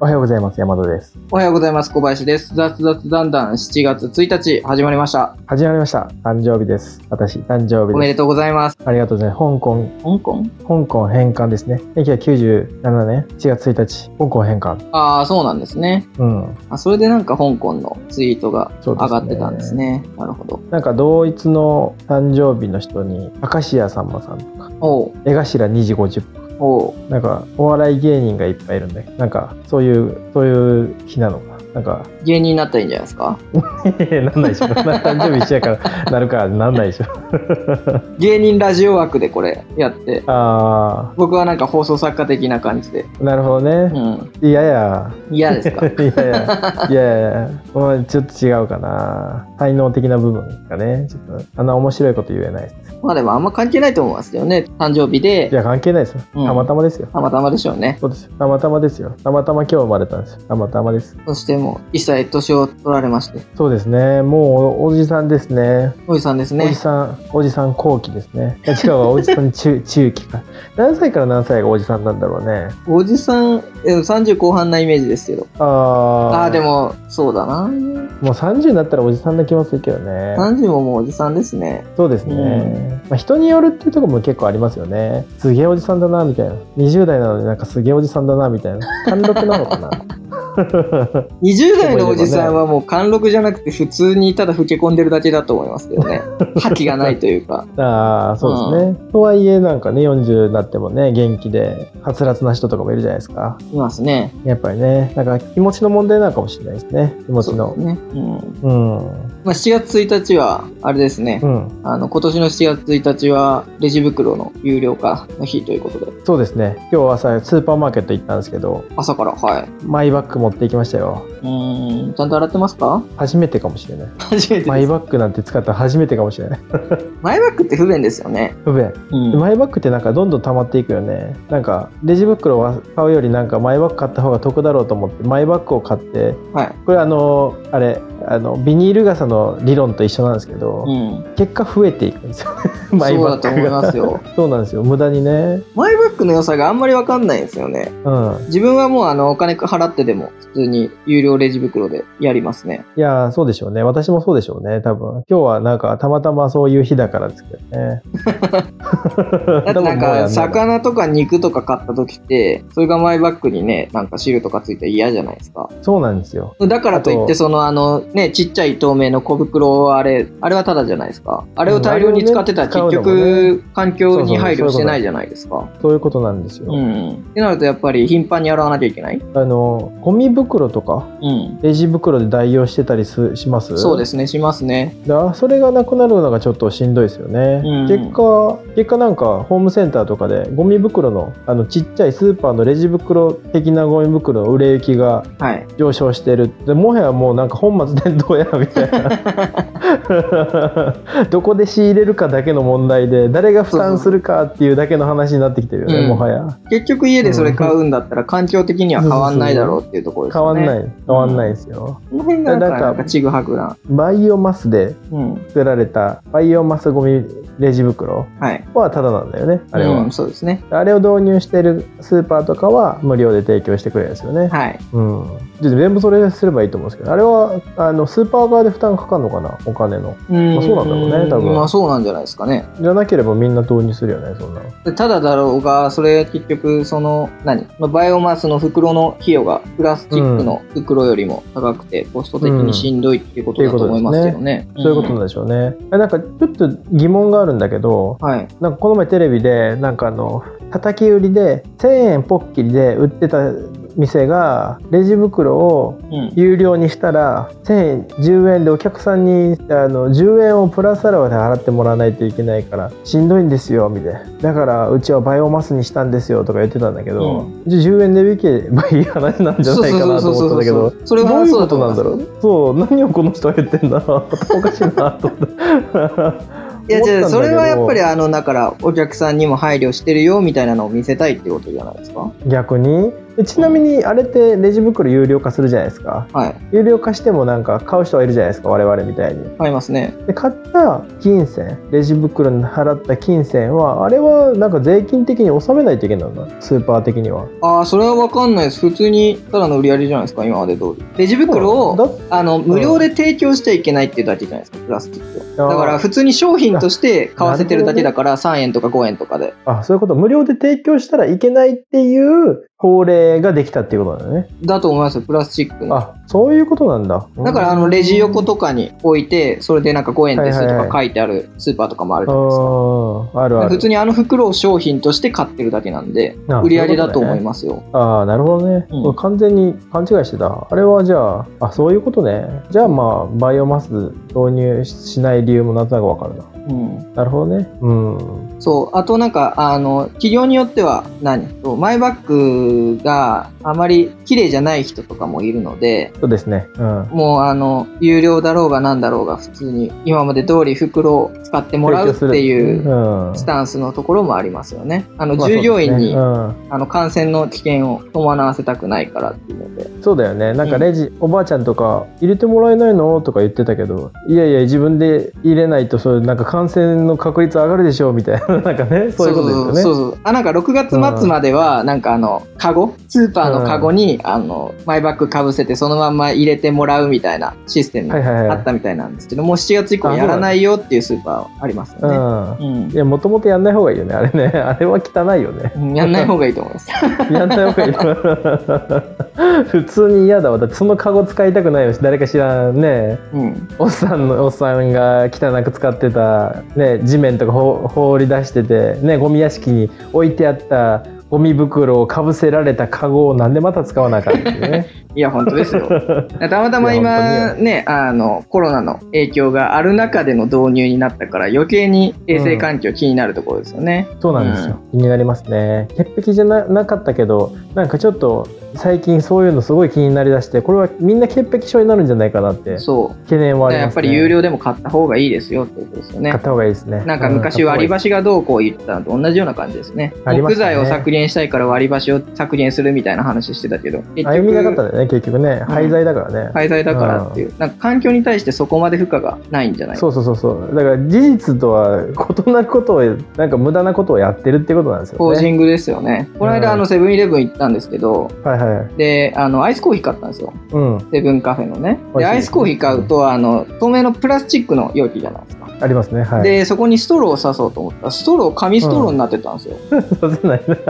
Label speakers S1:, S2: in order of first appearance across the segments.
S1: おはようございます。山田です。
S2: おはようございます。小林です。雑雑談談7月1日始まりました。
S1: 始まりました。誕生日です。私、誕生
S2: お
S1: 日
S2: め
S1: で
S2: でとうございます。
S1: す。ありがとうございます。香港、
S2: 香港
S1: 香港返還ですね。1997年1月1日、香港返還。
S2: ああ、そうなんですね。
S1: うん。
S2: あそれでなんか香港のツイートが
S1: そうで
S2: 上
S1: すね
S2: がってたんですね。なるほど。
S1: なんか同一の誕生日の人に、明石家さんまさんとか、
S2: おう、
S1: 江頭2時50分。
S2: おう。
S1: なんか、お笑い芸人がいっぱいいるんで、なんか、そういう、そういう日なのかな。なんか、
S2: 芸人になったらいいんじゃないですか
S1: なんないでしょ。 誕生日一緒やから、なるから、なんないでしょ。
S2: 芸人ラジオ枠でこれやって。
S1: あ
S2: 僕はなんか放送作家的な感じで。
S1: ー、なるほど
S2: う
S1: ね。
S2: ん。
S1: いやいや。
S2: 嫌です か
S1: いやいや、いやいや、まあちょっと違うかな。才能的な部分がね、ちょっと、あんな面白いこと言えないです。
S2: まあでもあんま関係ないと思いますけどね。誕生日
S1: い
S2: で、
S1: や、関係ないですよ。
S2: うん
S1: たまたまですよ。
S2: たまたまでしょうね。
S1: そうですよ。たまたまですよ。たまたま今日生まれたんですよ。たまたまです。
S2: そしてもう一切年を取られまして。
S1: そうですね。もうお、おじさんですね。
S2: おじさんです
S1: おじ
S2: ね。
S1: さん、おじさん後期ですね。いや、違うわ、おじさん中、中期か。 何歳から何歳がおじさんなんだろうね。
S2: おじさん、え30後半なイメージですけど。
S1: あ
S2: あ
S1: あ
S2: あー、で。も、そうだな。
S1: もう30になったらおじさんな気もするけどね。
S2: 30ももうおじさんですね。
S1: そうですね、まあ、人によるっていうところも結構ありますよねすげえおじさんだなみたいな20代なのになんかすげえおじさんだなみたいな貫禄なのかな
S2: 20代のおじさんはもう貫禄じゃなくて、普通にただ老け込んでるだけだと思いますけど ね。覇気がないというか。
S1: ああそうですね、とはいえなんかね40になってもね元気ではつらつな人とかもいるじゃないですか
S2: いますね。
S1: やっぱりねなんか気持ちの問題なのかもしれないですね気持ちの
S2: そうですね。うん。
S1: うん
S2: まあ、7月1日は、あれですね
S1: う。ん
S2: あの、今年の7月1日は、レジ袋の有料化の日ということで、
S1: そうですね今日朝スーパーマーケット行ったんですけど
S2: 朝から、はい。う
S1: マイバッグ持って行きましたよ
S2: ーん、ちゃんと洗ってますか
S1: 初めてかもしれない
S2: 初めて
S1: マイ
S2: です。
S1: バッグなんて使ったら初めてかもしれない
S2: マイバッグって不便ですよね。
S1: 不便
S2: うん。
S1: マイバッグってなんかどんどん溜まっていくよねなんかレジ袋を買うよりなんかマイバッグ買った方が得だろうと思ってマイバッグを買って
S2: はい。
S1: これあのあれあのビニール傘の理論と一緒なんですけど、
S2: うん。
S1: 結果増えていくんですよね マイ
S2: そう
S1: バ
S2: だ
S1: ッ
S2: と
S1: グ
S2: 思い
S1: が
S2: ますよ。
S1: そうなんですよ無駄にね
S2: マイバッグの良さがあんまりわかんないんですよね。
S1: うん
S2: 自分はもうあの、お金払ってでも、普通に有料レジ袋でやりますね。
S1: いやーそうでしょうね私もそうでしょうね多分今日はなんかたまたまそういう日だからですけど ね
S2: だってなんか、魚とか肉とか買った時って、それがマイバッグにね、なんか汁とかついて嫌じゃないですか。
S1: そうなんですよ
S2: だからといっ
S1: あと
S2: て、そのあの、ね、ちっちゃい透明の小袋をあれ、あれはただじゃないですか。あれを大量に使ってたら
S1: うんあ
S2: 結
S1: れをね使うのも
S2: 局、環境に配慮してないじゃないですか。
S1: そういうことなんですよ、
S2: うん。ってなるとやっぱり頻繁に洗わなきゃいけない
S1: あのゴミ袋とか
S2: うん。
S1: レジ袋で代用してたりすします
S2: そうですね、しますね。
S1: だそれがなくなるのがちょっとしんどいですよね、
S2: うん
S1: 結果結果なんかホームセンターとかでゴミ袋のあのちっちゃいスーパーのレジ袋的なゴミ袋の売れ行きが
S2: はい。
S1: 上昇してるでもはやもうなんか本末転倒やみたいな どこで仕入れるかだけの問題で誰が負担するかっていうだけの話になってきてるよね、
S2: うん
S1: もはや
S2: 結局家でそれ買うんだったら環境的には変わんないだろうっていうところです
S1: 変
S2: よ
S1: わん
S2: ね。。
S1: ないい変わんないですよ、
S2: この辺がなんか
S1: なんか
S2: なんかちぐはぐな。
S1: バイオマスで
S2: うん。
S1: 作られたバイオマスゴミレジ袋
S2: はい。
S1: はただなんだよねあれは、
S2: うん、そうですね。
S1: あれを導入しているスーパーとかは無料で提供してくれるんですよね。
S2: はい。
S1: うん。で全部それすればいいと思うんですけど、あれは、あの、スーパー側で負担かかるのかなお金の。
S2: うん
S1: まあそうなんだろうね多分
S2: まあそうなんじゃないですかね。
S1: じゃなければみんな導入するよね、そんなの。
S2: でただだろうが、それ結局、その、何まあバイオマスの袋の費用がプラスチックの袋よりも高くて、コスト的にしんどいっていうことだと思いますけどね。
S1: そういうことなんでしょうね。えなんか、ちょっと疑問があるんだけど、
S2: はい。
S1: なんかこの前テレビで、なんかあの、叩き売りで、1000円ポッキリで売ってた店が、レジ袋を
S2: うん。
S1: 有料にしたら1000円10円でお客さんにあの10円をプラスアルファで払ってもらわないといけないからしんどいんですよみたいなだからうちはバイオマスにしたんですよとか言ってたんだけど、じゃあ10円で引けばいい話なんじゃないかなと思ったんだけど
S2: そうそうそうそうそれは
S1: どういう
S2: そう
S1: こ
S2: だ
S1: と
S2: と思い
S1: な
S2: ま
S1: ん
S2: す
S1: だろうそう何をこの人は言ってんだろうおかしいなと思った。
S2: いや、じゃあそれはやっぱ
S1: 思
S2: り
S1: たんだ
S2: あの、だから、お客さんにも配慮してるよみたいなのを見せたいってことじゃないですか。
S1: けど逆にでちなみにあれってレジ袋有料化するじゃないですか
S2: はい。
S1: 有料化してもなんか買う人はいるじゃないですか我々みたいに
S2: ありますね。
S1: で買った金銭レジ袋に払った金銭はあれはなんか税金的に納めないといけないのかなスーパー的には
S2: ああ、それはわかんないです。普通にただの売り上げじゃないですか、今まで通り。レジ袋
S1: だ
S2: を、
S1: っ
S2: あの、無料で提供しちゃいけないっていうだけじゃないですか、プラスチック
S1: あ
S2: を。
S1: ー
S2: だから、普通に商品として買わせてるだけだから、3円とか5円とかで。
S1: あそういうこと無料で提供したらいけないっていう法令ができたっていうことだね
S2: だと思いますよ、プラスチックの。
S1: あそういうことなんだ
S2: だから、あの、レジ横と
S1: か
S2: かに置いて、それでなんか5円ですと
S1: はいは
S2: か
S1: い
S2: 書いてあるスーパーとかもあるじゃないですか。
S1: ああるある
S2: 普通にあの袋を商品として買ってるだけなんで
S1: あ、
S2: 売り上げだと思いますよ。
S1: ああなるほどね、
S2: うん
S1: これ完全に勘違いしてたあれはじゃああそういうことねじゃあまあバイオマス導入しない理由もなんとなくわかるな
S2: うん
S1: なるほどねうん
S2: そう、あとなんか、あの、企業によっては何、そうマイバッグがあまり綺麗じゃない人とかもいるので、
S1: そうですねうん
S2: もうあの、有料だろうがなんだろうが普通に今まで通り袋を使ってもらうっていう
S1: うん
S2: スタンスのところもありますよね。あの、
S1: まあ
S2: 従業員
S1: そうです
S2: に、
S1: ねうん
S2: あの、感染の危険を伴わせたくないからっていうので。
S1: そうだよねなんかレジ、おばあちゃんとか「入れてもらえないの?」とか言ってたけどいやいや自分で入れないとそうなんか感染の確率上がるでしょうみたいな なんかねそういうことですよね
S2: そうそうそうあ、なんか6月末までは、なんかあの、カゴスーパーのカゴに、あの、マイバッグかぶせてそのまんま入れてもらうみたいなシステム
S1: はいはい
S2: あ
S1: は
S2: っ
S1: い
S2: たみたいなんですけど、もう7月以降やらないよっていうスーパーはありますよね。
S1: うん
S2: うん
S1: いやもともとやんない方がいいよねあれね あれは汚いよね
S2: うんやんない方がいいと思います。
S1: やんない方がいい 普通に嫌だわだってそのカゴ使いたくないよし誰か知らんね
S2: うん、
S1: おっさんのおっさんが汚く使ってた、ね、地面とかほ放り出してて、ね、ゴミ屋敷に置いてあったゴミ袋をかぶせられたカゴをなんでまた使わなあかったっていう ね
S2: いや、本当で すよ。たまたま
S1: いや
S2: 今
S1: 本
S2: ね、あの、コロナの影響がある中での導入になったから、余計に衛生環境気になるところですよね。
S1: そうなんですよ、気になりますね潔癖じゃななかったけどなんかちょっと最近そういうのすごい気になりだしてこれはみんな潔癖症になるんじゃないかなって
S2: そう。
S1: 懸念はあ
S2: だから
S1: り
S2: や
S1: ま
S2: っ
S1: す
S2: ぱ
S1: ね
S2: り有料でも買った方がいいですよってことですよね
S1: 買っ。た方がいいですね
S2: なんか昔割り箸がどうこう言ってたのと同じような感じですね。
S1: ありま
S2: 木
S1: したね
S2: 材を削減したいから割り箸を削減するみたいな話してたけど、結
S1: 歩みなかったんだよね結局ね廃材だからね、
S2: 廃材だからっていう、なんか環境に対してそこまで負荷がないんじゃない
S1: そうそうそうそうだから事実とは異なることをなんか無駄なことをやってるってことなんです
S2: ポ
S1: よ
S2: ージ
S1: ね
S2: ングですよね。この間、
S1: うん
S2: あの、セブンイレブン行ったんですけど、
S1: はいはい
S2: で、あの、アイスコーヒー買ったんですよ。
S1: うん
S2: セブンカフェのね。
S1: 美味しい
S2: で、アイスコーヒー買うと、あの、透明のプラスチックの容器じゃないですか。
S1: ありますねはい
S2: で、そこにストローを刺そうと思ったら、ストロー、紙ストローになってたんですよ。
S1: させないな
S2: い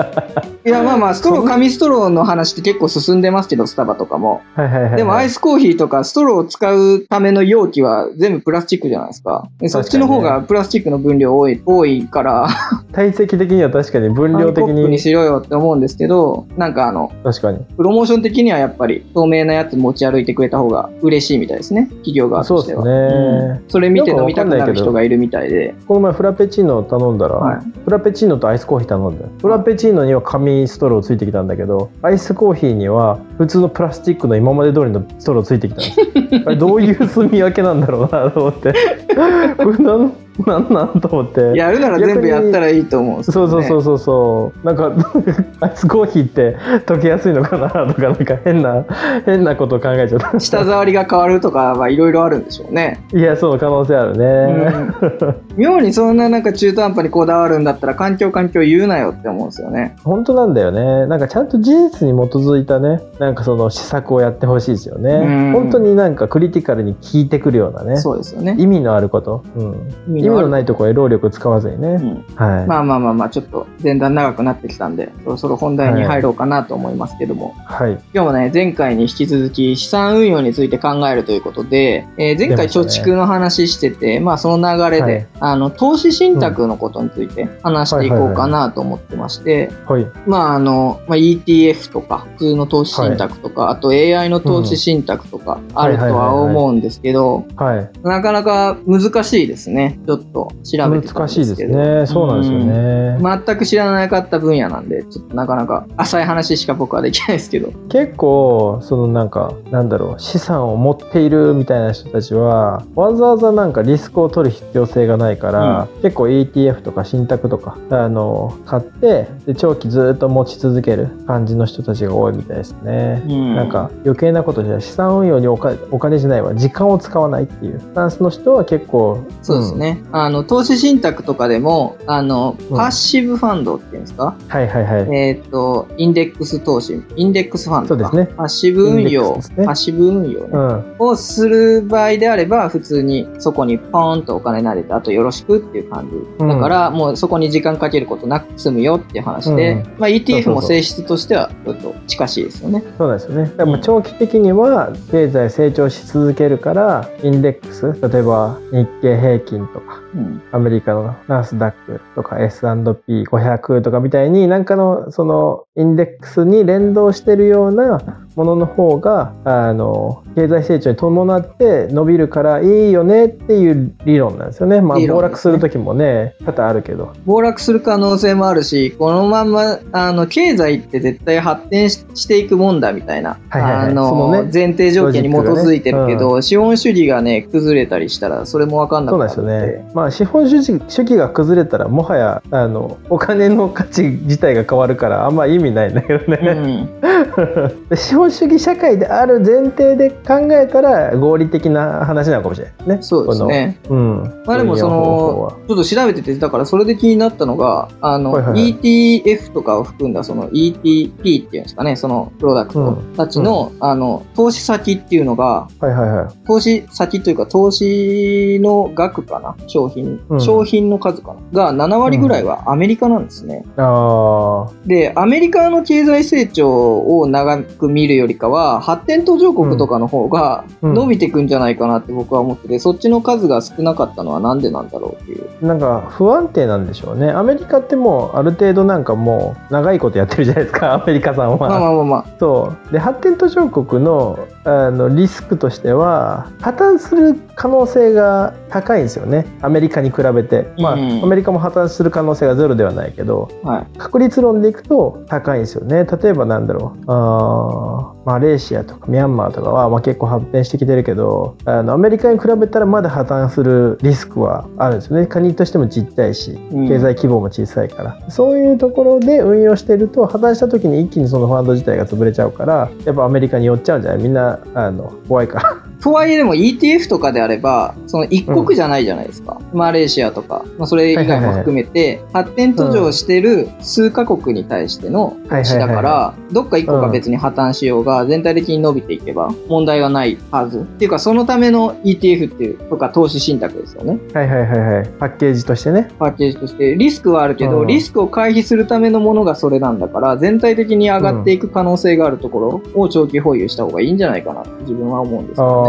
S2: や、まあまあ、ストロー、紙ストローの話って結構進んでますけど、スタバとかも。
S1: はいはいはい
S2: でも、アイ
S1: ス
S2: スコーヒーとか、ストローを使うための容器は全部プラスチックじゃないですか。でそっちの方
S1: 確か
S2: がプラスチックの分量多い、多いから、
S1: 体積的には確かに分量的
S2: 紙コップに
S1: に
S2: しろよって思うんですけど、なんかあの、
S1: 確かに
S2: プロモーション的にはやっぱり透明なやつ持ち歩いてくれた方が嬉しいみたいですね、企業側としては。
S1: そうですね
S2: んそれ見て飲みたくなる人がいるみたいで。
S1: この前フラペチーノ頼んだら、
S2: は
S1: フラペチーノとアイスコーヒー頼んでフラペチーノには紙ストローついてきたんだけどアイスコーヒーには普通のプラスチックの今まで通りのストローついてきたんです よあれどういう住み分けなんだろうなと思ってこれなんなんなんと思って
S2: やるなら全部やったらいいと思うんです
S1: そ
S2: よ
S1: う
S2: ね
S1: そうそうそうそうなんか アイスコーヒーって溶けやすいのかなとかなんか変な 変なことを考えちゃった
S2: 舌触りが変わるとかはいろいろあるんでしょうね。
S1: いやそう可能性あるね、
S2: うん妙にそんななんか中途半端にこだわるんだったら環境環境言うなよって思うんですよね。
S1: 本当なんだよねなんかちゃんと事実に基づいたねなんかその施策をやってほしいですよね、
S2: うん
S1: 本当になんかクリティカルに効いてくるようなね
S2: そうですよね。
S1: 意味のあること、うん、
S2: 意
S1: 意味のないところへ労力使わずにね、
S2: うん
S1: はい、
S2: まあまあまあまあ、ちょっと前段長くなってきたんで、そろそろ本題に入ろうかなと思いますけども、
S1: はい
S2: 今日もね、前回に引き続き資産運用について考えるということで、えー前回貯
S1: 出ましたね
S2: 蓄の話してて、まあその流れで、
S1: はい
S2: あの、投資信託のことについて話していこうかなと思ってまして、
S1: はい
S2: まああの、まあ、ETF とか、普通の投資信託とか、あと AI の投資信託とかあるとは思うんですけど、
S1: はい
S2: なかなか難しいですね。ちょっと調べてたん
S1: 難しい
S2: です
S1: で
S2: け
S1: す
S2: ど。
S1: ねそうなんですよね、
S2: 全く知らなかった分野なんで、ちょっとなかなか浅い話しか僕はできないですけど。
S1: 結構そのなんかなんだろう資産を持っているみたいな人たちはわざわざなんかリスクを取る必要性がないないから、結構 ETF とか信託とかあの買ってで長期ずっと持ち続ける感じの人たちが多いみたいですね。
S2: うん
S1: なんか余計なことじゃない資産運用におかお金じゃないわ時間を使わないっていうスタンスの人は結構
S2: そうです、ね。あの、投資信託とかでも、あの、パッシブファンドっていうんですか、
S1: うんはいはいはい、
S2: えーっと、インデックス投資、インデックスファンドか
S1: そうですね
S2: パッシブ運
S1: インデッ
S2: 用、
S1: クスですね
S2: パッシブ運用ね、
S1: うん
S2: をする場合であれば、普通にそこにポーンとお金投げて、あとよろしくっていう感じ。
S1: うん
S2: だから、もうそこに時間かけることなく済むよっていう話で、
S1: うん
S2: まあ
S1: そう
S2: ETF
S1: そう
S2: も性質としてはちょっと近しいですよね。
S1: そうなんですよね。でも長期的には経済成長し続けるから、インデックス、例えば日経平均とか、
S2: うん。
S1: アメリカのナスダックとか S&P500 とかみたいに、なんかのそのインデックスに連動してるようなものの方が、あの、経済成長に伴って伸びるからいいよねっていう理論なんですよね。まあ、
S2: 理論
S1: 暴落する時もね、多々あるけど。
S2: 暴落する可能性もあるし、このまんま、あの、経済って絶対発展ししていくもんだみたいな、
S1: はいはいはい
S2: あ
S1: そ
S2: の、
S1: のね
S2: 前提条件に基づいてるけ
S1: ロジックが
S2: ど、資本主義がね、崩れたりしたら、それもわかんな
S1: そ
S2: く
S1: うな
S2: なん
S1: で
S2: るん
S1: すよね。まあ資本主義主義が崩れたらもはやあのお金の価値自体が変わるからあんま意味ないんだけどね。
S2: うん。
S1: で資本主義社会である前提で考えたら合理的な話なのかもしれないですね。
S2: そうですね。
S1: この。うん。
S2: まあでもそ
S1: 運用方法は
S2: の、ちょっと調べてて、だからそれで気になったのが、あの、
S1: はいはいはい
S2: ETF とかを含んだ、その ETP っていうんですかね、そのプロダクトたちの、あの、投資先っていうのが、
S1: はいはいはい。
S2: 投資先というか、投資の額かな商品、
S1: うん
S2: 商品の数かなが7割ぐらいはアメリカなんですね。
S1: あ
S2: で、アメリカの経済成長を長く見るよりかは、発展途上国とかの方が
S1: うん
S2: 伸びてくんじゃないかなって僕は思ってて、そっちの数が少なかったのはなんでなんだろうっていう。
S1: あ、なんか不安定なんでしょうね。アメリカってもうある程度なんかもう長いことやってるじゃないですか、アメリカさんは。
S2: まあまあまあまあ、
S1: そうで発展途上国のあのリスクとしては破綻する可能性が高いんですよねアメリカに比べて、まあ
S2: うん
S1: アメリカも破綻する可能性がゼロではないけど
S2: はい。
S1: 確率論でいくと高いんですよね例えばなんだろうあーマレーシアとかミャンマーとかは、まあ、結構発展してきてるけどあのアメリカに比べたらまだ破綻するリスクはあるんですよね国としてもちっちゃいし
S2: うん
S1: 経済規模も小さいから、そういうところで運用してると破綻した時に一気にそのファンド自体が潰れちゃうからやっぱアメリカに寄っちゃうんじゃないみんなあの怖いから。
S2: とはいえでも ETF とかであれば、その一国じゃないじゃないですか。マレーシアとか、まあ、それ以外も含めて、発展途上してる数カ国に対しての
S1: はいはいはい
S2: 投資だから、どっか一個が別に破綻しようが、全体的に伸びていけば問題はないはず。っていうか、そのための ETF っていう、とか投資信託ですよね。
S1: はいはいはいはい。パッケージとしてね。
S2: パッケージとして。リスクはあるけど、
S1: うん
S2: リスクを回避するためのものがそれなんだから、全体的に上がっていく可能性があるところを長期保有した方がいいんじゃないかなって自分は思うんです
S1: あ
S2: よね。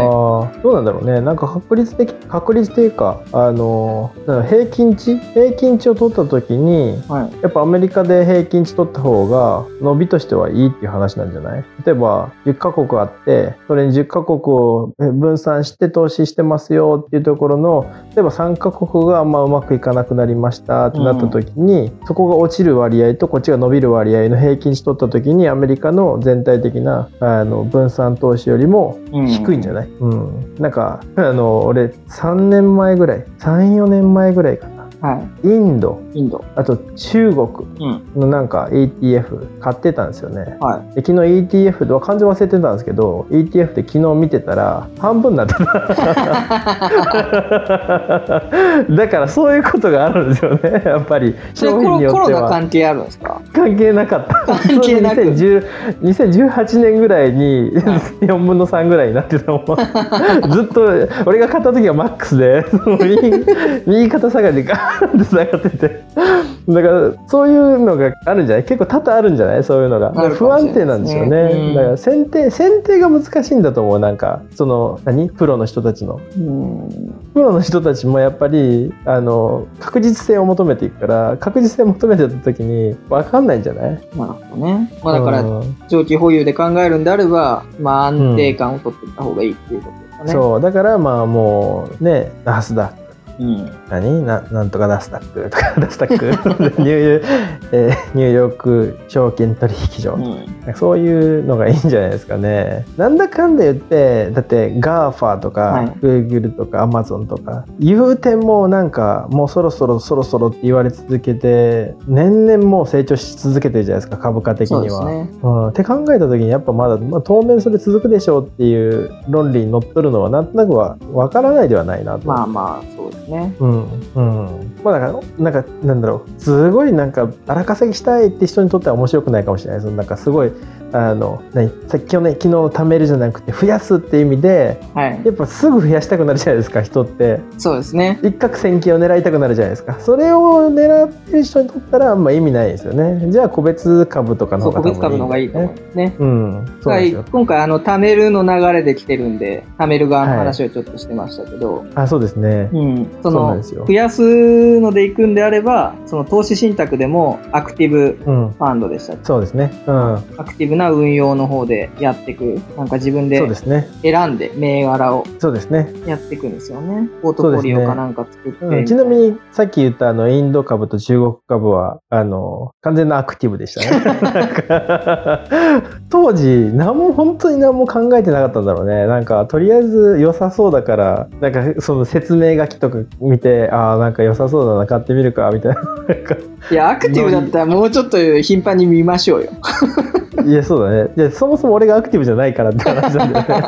S1: あーどうなんだろうね。なんか確率的確率っていうかあのなんだろう平均値平均値を取った時に
S2: はい。
S1: やっぱアメリカで平均値取った方が伸びとしてはいいっていう話なんじゃない例えば10カ国あってそれに10カ国を分散して投資してますよっていうところの例えば3カ国があんまうまくいかなくなりましたってなった時に、そこが落ちる割合とこっちが伸びる割合の平均値取った時にアメリカの全体的なあの分散投資よりも低いんじゃない、うんなんかあの俺3年前ぐらい34年前ぐらいかな
S2: は
S1: インド
S2: い。インド。
S1: あと中国
S2: うん。
S1: のなんか ETF 買ってたんですよね。
S2: はい。
S1: で昨日 ETF で完全忘れてたんですけど ETF で昨日見てたら半分になって た だからそういうことがあるんですよねやっぱり
S2: それ
S1: 商
S2: コ
S1: 品
S2: ロ
S1: によ
S2: コ
S1: っ
S2: ロ
S1: て
S2: ナ
S1: は
S2: 関係あるんですか
S1: 関係なかった
S2: 関 係なく
S1: 2010 2018年ぐらいに4分の3ぐらいになってたもん ずっと俺が買った時はマックスで その右右肩下がり でガーンって下がっててだからそういうのがあるんじゃない結構多々あるんじゃないそういうのが
S2: あるか
S1: 不
S2: もし
S1: 安
S2: れな
S1: 定な
S2: いですね
S1: んですよ
S2: うん
S1: ねだから選定選定が難しいんだと思うなんかその何プロの人たちの
S2: うん。
S1: プロの人たちもやっぱりあの確実性を求めていくから確実性を求めてた時に分かんないんじゃない
S2: なるほどね。まあだから、
S1: うん
S2: 長期保有で考えるんであれば、まあ安定感を取っていった方がいいっていうことですかね。
S1: そうだからまあもうねナスダック
S2: うん。
S1: 何ななんとかダスタックとかダス タックニュー、えーニューヨーク証券取引所、
S2: うん。
S1: なんかそういうのがいいんじゃないですかね。なんだかんだ言ってだってガーファーと
S2: はい
S1: か Google とか Amazon とか言うてもなんかもうそろそろそろそろって言われ続けて年々もう成長し続けてるじゃないですか株価的
S2: そう
S1: に
S2: です
S1: は。
S2: ね。
S1: うん、って考えた時にやっぱまだ、まあ、当面それ続くでしょうっていう論理にのっとるのはなんとなくは分からないではないなと。
S2: まあまあ、そうですね。
S1: うんうん、まあだからなんかなんだろうすごいなんか荒稼ぎしたいって人にとっては面白くないかもしれないですなんかすごいあの何さっき去年昨日貯めるじゃなくて増やすっていう意味で
S2: はい。
S1: やっぱすぐ増やしたくなるじゃないですか人って
S2: そうですね。
S1: 一攫千金を狙いたくなるじゃないですかそれを狙ってる人にとったらあんま意味ないですよねじゃあ個別株とかの
S2: そう、
S1: 方
S2: 個
S1: が
S2: 別株の方がいいと思い
S1: ね
S2: ますね。
S1: うんそう
S2: は
S1: です
S2: い
S1: よ、
S2: 今回、あの、貯めるの流れで来てるんで、貯める側の話をちょっとしてましたけど、
S1: あそうですね
S2: うん、
S1: そ
S2: そ
S1: うなん
S2: の
S1: ですよ
S2: 増やすので行くんであればその投資信託でもアクティブ
S1: うん
S2: ファンドでしたっけ
S1: そうですねうん
S2: アクティブな運用の方でやっていくなんか自分で
S1: そうですね
S2: 選んで銘柄を
S1: そうですね
S2: やっていくんですよねポートフォリオかなんか作って、
S1: うん、ちなみにさっき言ったあのインド株と中国株はあの完全なアクティブでしたね なんか当時何も本当に何も考えてなかったんだろうねなんかとりあえず良さそうだからなんかその説明書きとか見てああなんか良さそうだな買ってみるかみたいななんか
S2: いやアクティブだったらもうちょっと頻繁に見ましょう よ
S1: いやそうだねいやそもそも俺がアクティブじゃないからって話なんだよね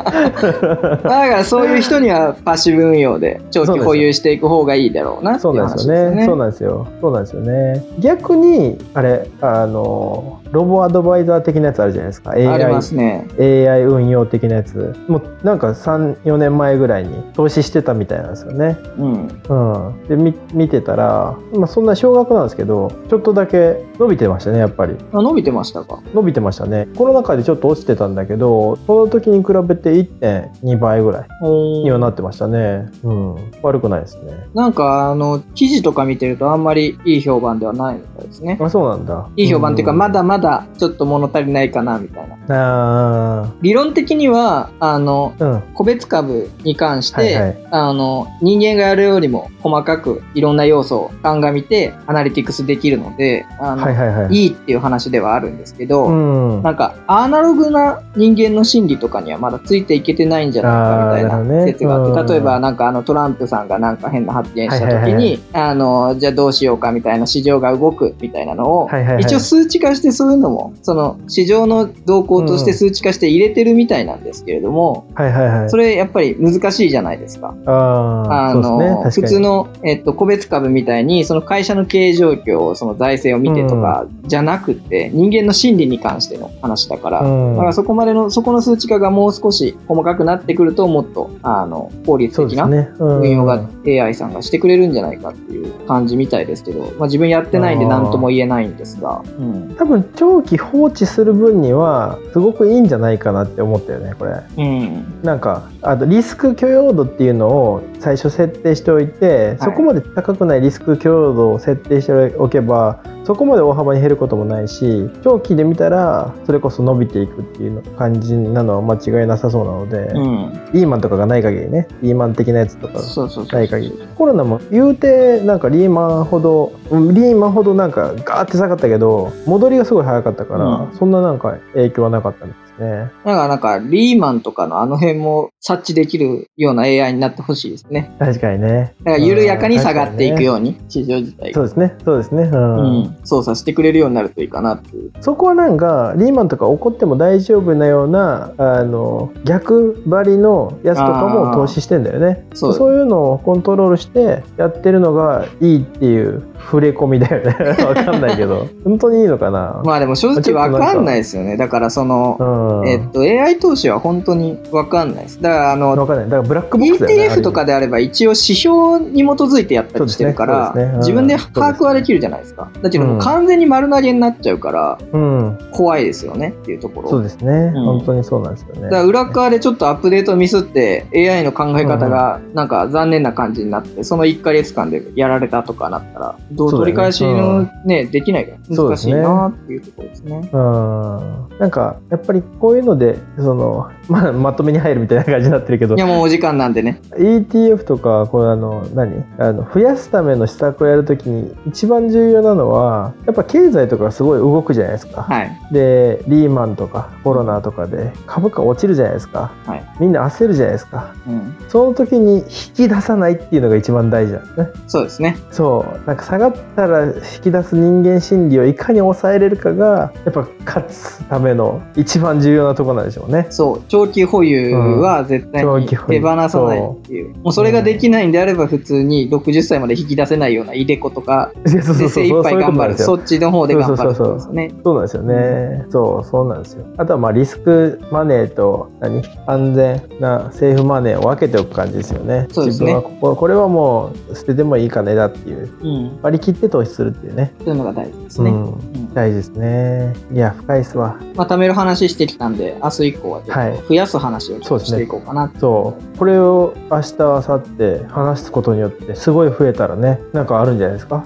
S2: だからそういう人にはパッシブ運用で長期保有していく方がいいだろうなってい
S1: そう
S2: う
S1: なんで
S2: 話
S1: す
S2: です
S1: よ
S2: よ
S1: ね。
S2: ね
S1: そうなんですよ。そうなんですよね。逆に、あれ、あの、ロボアドバイザー的なやつあるじゃないですか。
S2: あり
S1: AI
S2: ますね
S1: AI 運用的なやつもうなんか34年前ぐらいに投資してたみたいなんですよね。
S2: うん
S1: うん、でみ見てたら、まあ、そんな少額なんですけどちょっとだけ伸びてましたねやっぱり
S2: あ伸びてましたか
S1: 伸びてましたねコロナ禍でちょっと落ちてたんだけどその時に比べて1.2倍ぐらいにはなってましたね、うん、悪くないですね
S2: なんか、あの、記事とか見てるとあんまりいい評判ではないみたいですね。
S1: あそうなんだ
S2: いい評判っていうか、
S1: ん
S2: まだまだちょっと物足りないかな、みたいな。
S1: あ
S2: 理論的には、あの、
S1: ーうん
S2: 個別株に関して、
S1: はいはい
S2: あの、人間がやるよりも細かくいろんな要素を鑑みてアナリティクスできるので、あの、
S1: はい
S2: い
S1: はいはい
S2: い、っていう話ではあるんですけど、
S1: うん、
S2: なんか、アナログな人間の心理とかにはまだついていけてないんじゃないか
S1: あーな
S2: みたい
S1: るほど
S2: な
S1: ね
S2: 説があって、
S1: うん
S2: 例えばなんかあのトランプさんがなんか変な発言した
S1: はいは
S2: 時
S1: いはいは
S2: に、あの、じゃあどうしようかみたいな市場が動くみたいなのを
S1: はいはいは、い
S2: 一応数値化してそういうのも、その市場の動向として数値化して入れてるみたいなんですけれども、
S1: はいはいはい
S2: それやっぱり難しいじゃないですか。
S1: あー
S2: あ
S1: そう
S2: の、
S1: ですね確か
S2: 普
S1: に
S2: 通の、えっと、個別株みたいに、その会社の経営状況を、その財政を見てとか、じゃなくて、人間の心理に関しての話だから、
S1: うん
S2: だからそこまでの、そこの数値化がもう少し細かくなってくると、もっと、あの、効率
S1: そう
S2: 的
S1: です
S2: な
S1: ねうん
S2: 運用が AI さんがしてくれるんじゃないかっていう感じみたいですけど、まあ自分やってないんで
S1: あー
S2: 何とも言えないんですが、うん。
S1: 多分長期放置する分にはすごくいいんじゃないかなって思ったよねこれ
S2: うん。
S1: なんかあとリスク許容度っていうのを最初設定しておいて、そこまで高くないリスク許容度を設定しておけばそこまで大幅に減ることもないし長期で見たらそれこそ伸びていくっていうの感じなのは間違いなさそうなので、
S2: うん。
S1: リーマンとかがない限りねリーマン的なやつとか
S2: そうそうそ
S1: な
S2: う
S1: い限りコロナも言うてなんかリーマンほどうんリーマンほどなんかガーって下がったけど戻りがすごい早かったから、
S2: うん
S1: そんななんか影響はなかったんですね
S2: だからなんか、リーマンとかのあの辺も察知できるような AI になってほしいですね。
S1: 確かにね
S2: だから緩やかに下がっていく
S1: よ、
S2: ように、市場自体
S1: そ
S2: が、
S1: うですねそうですねうん、
S2: うん、操作してくれるようになるといいかなっていう。
S1: そこはなんかリーマンとか怒っても大丈夫なようなあの逆張りのやつとか
S2: あ
S1: も
S2: ー
S1: 投資してんだよね
S2: そうだ
S1: そういうのをコントロールしてやってるのがいいっていう触れ込みだよね わかんないけど本当にいいのかな、
S2: まあでも正直わかんないですよね。だからその、
S1: うん
S2: えっと、AI 投資は本当にわかんないです。だからあの、
S1: わかんない。だからブラックボックスだよね。
S2: ETF とかであれば一応指標に基づいてやったりしてるから、
S1: そうですねそうですねうん
S2: 自分で把握はできるじゃないですか。だけどもう完全に丸投げになっちゃうから、
S1: ある意味うん。
S2: 怖いですよねっていうところ。
S1: そうですね、
S2: ん
S1: 本当にそうなんですよね。
S2: だから裏側でちょっとアップデートミスって AI の考え方がなんか残念な感じになってその1ヶ月間でやられたとかなったらどう
S1: そうだ
S2: 取
S1: ね
S2: り返しのねできないから
S1: そう
S2: 難
S1: で
S2: し
S1: す
S2: い
S1: ね
S2: なっていうところですね。
S1: うん。なんかやっぱりこういうのでその、まあ、まとめに入るみたいな感じになってるけど
S2: いやもうお時間なんでね
S1: ETF とかこれあの何あの増やすための施策をやるときに一番重要なのはやっぱ経済とかすごい動くじゃないですか、
S2: はい
S1: でリーマンとかコロナとかで株価落ちるじゃないですか、
S2: はい
S1: みんな焦るじゃないですか
S2: うん
S1: その時に引き出さないっていうのが一番大事なんですね
S2: そうですね
S1: そうなんか下がったら引き出す人間心理をいかに抑えれるかがやっぱ勝つための一番重要なところなんでしょうね
S2: そう長期保有は絶対
S1: うん
S2: に
S1: 長期保
S2: 手
S1: 有
S2: 放さないっていう,、もうそれができないんであれば普通に60歳まで引き出せないようなイデコとか
S1: いやそうそ
S2: で
S1: うそ
S2: 精
S1: う
S2: 一
S1: そう
S2: 杯
S1: いうこと
S2: 頑
S1: な
S2: 張
S1: ん
S2: る
S1: です
S2: そ
S1: よ
S2: っちの方で頑張るってことですね
S1: そうなんですよね、そうそうなんですよあとはまあリスクマネーと何安全なセーフマネーを分けておく感じですよね
S2: そうです
S1: 自
S2: ね
S1: 分はこここれはもう捨ててもいい金だっていう
S2: うん
S1: 割り切って投資するっていうね
S2: そういうのが大事ですね、
S1: う
S2: うん
S1: ん大事ですねいや深いっすわ
S2: まあ、貯める話してきたんで明日以降はちょっと
S1: はい
S2: 増やす話をちょ
S1: そう
S2: っ
S1: です
S2: とし
S1: ね
S2: ていこうかな、
S1: そうこれを明日明後日話すことによってすごい増えたらねなんかあるんじゃないです か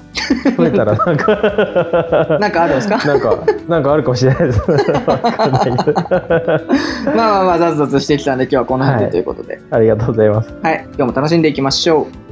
S1: 増えたらなんか
S2: なんかある んですか
S1: なんかなんかあるかもしれない ですわかんないけど
S2: まあまあまあ雑々してきたんで今日はこの辺でということで、
S1: ありがとうございます
S2: はい、今日も楽しんでいきましょう。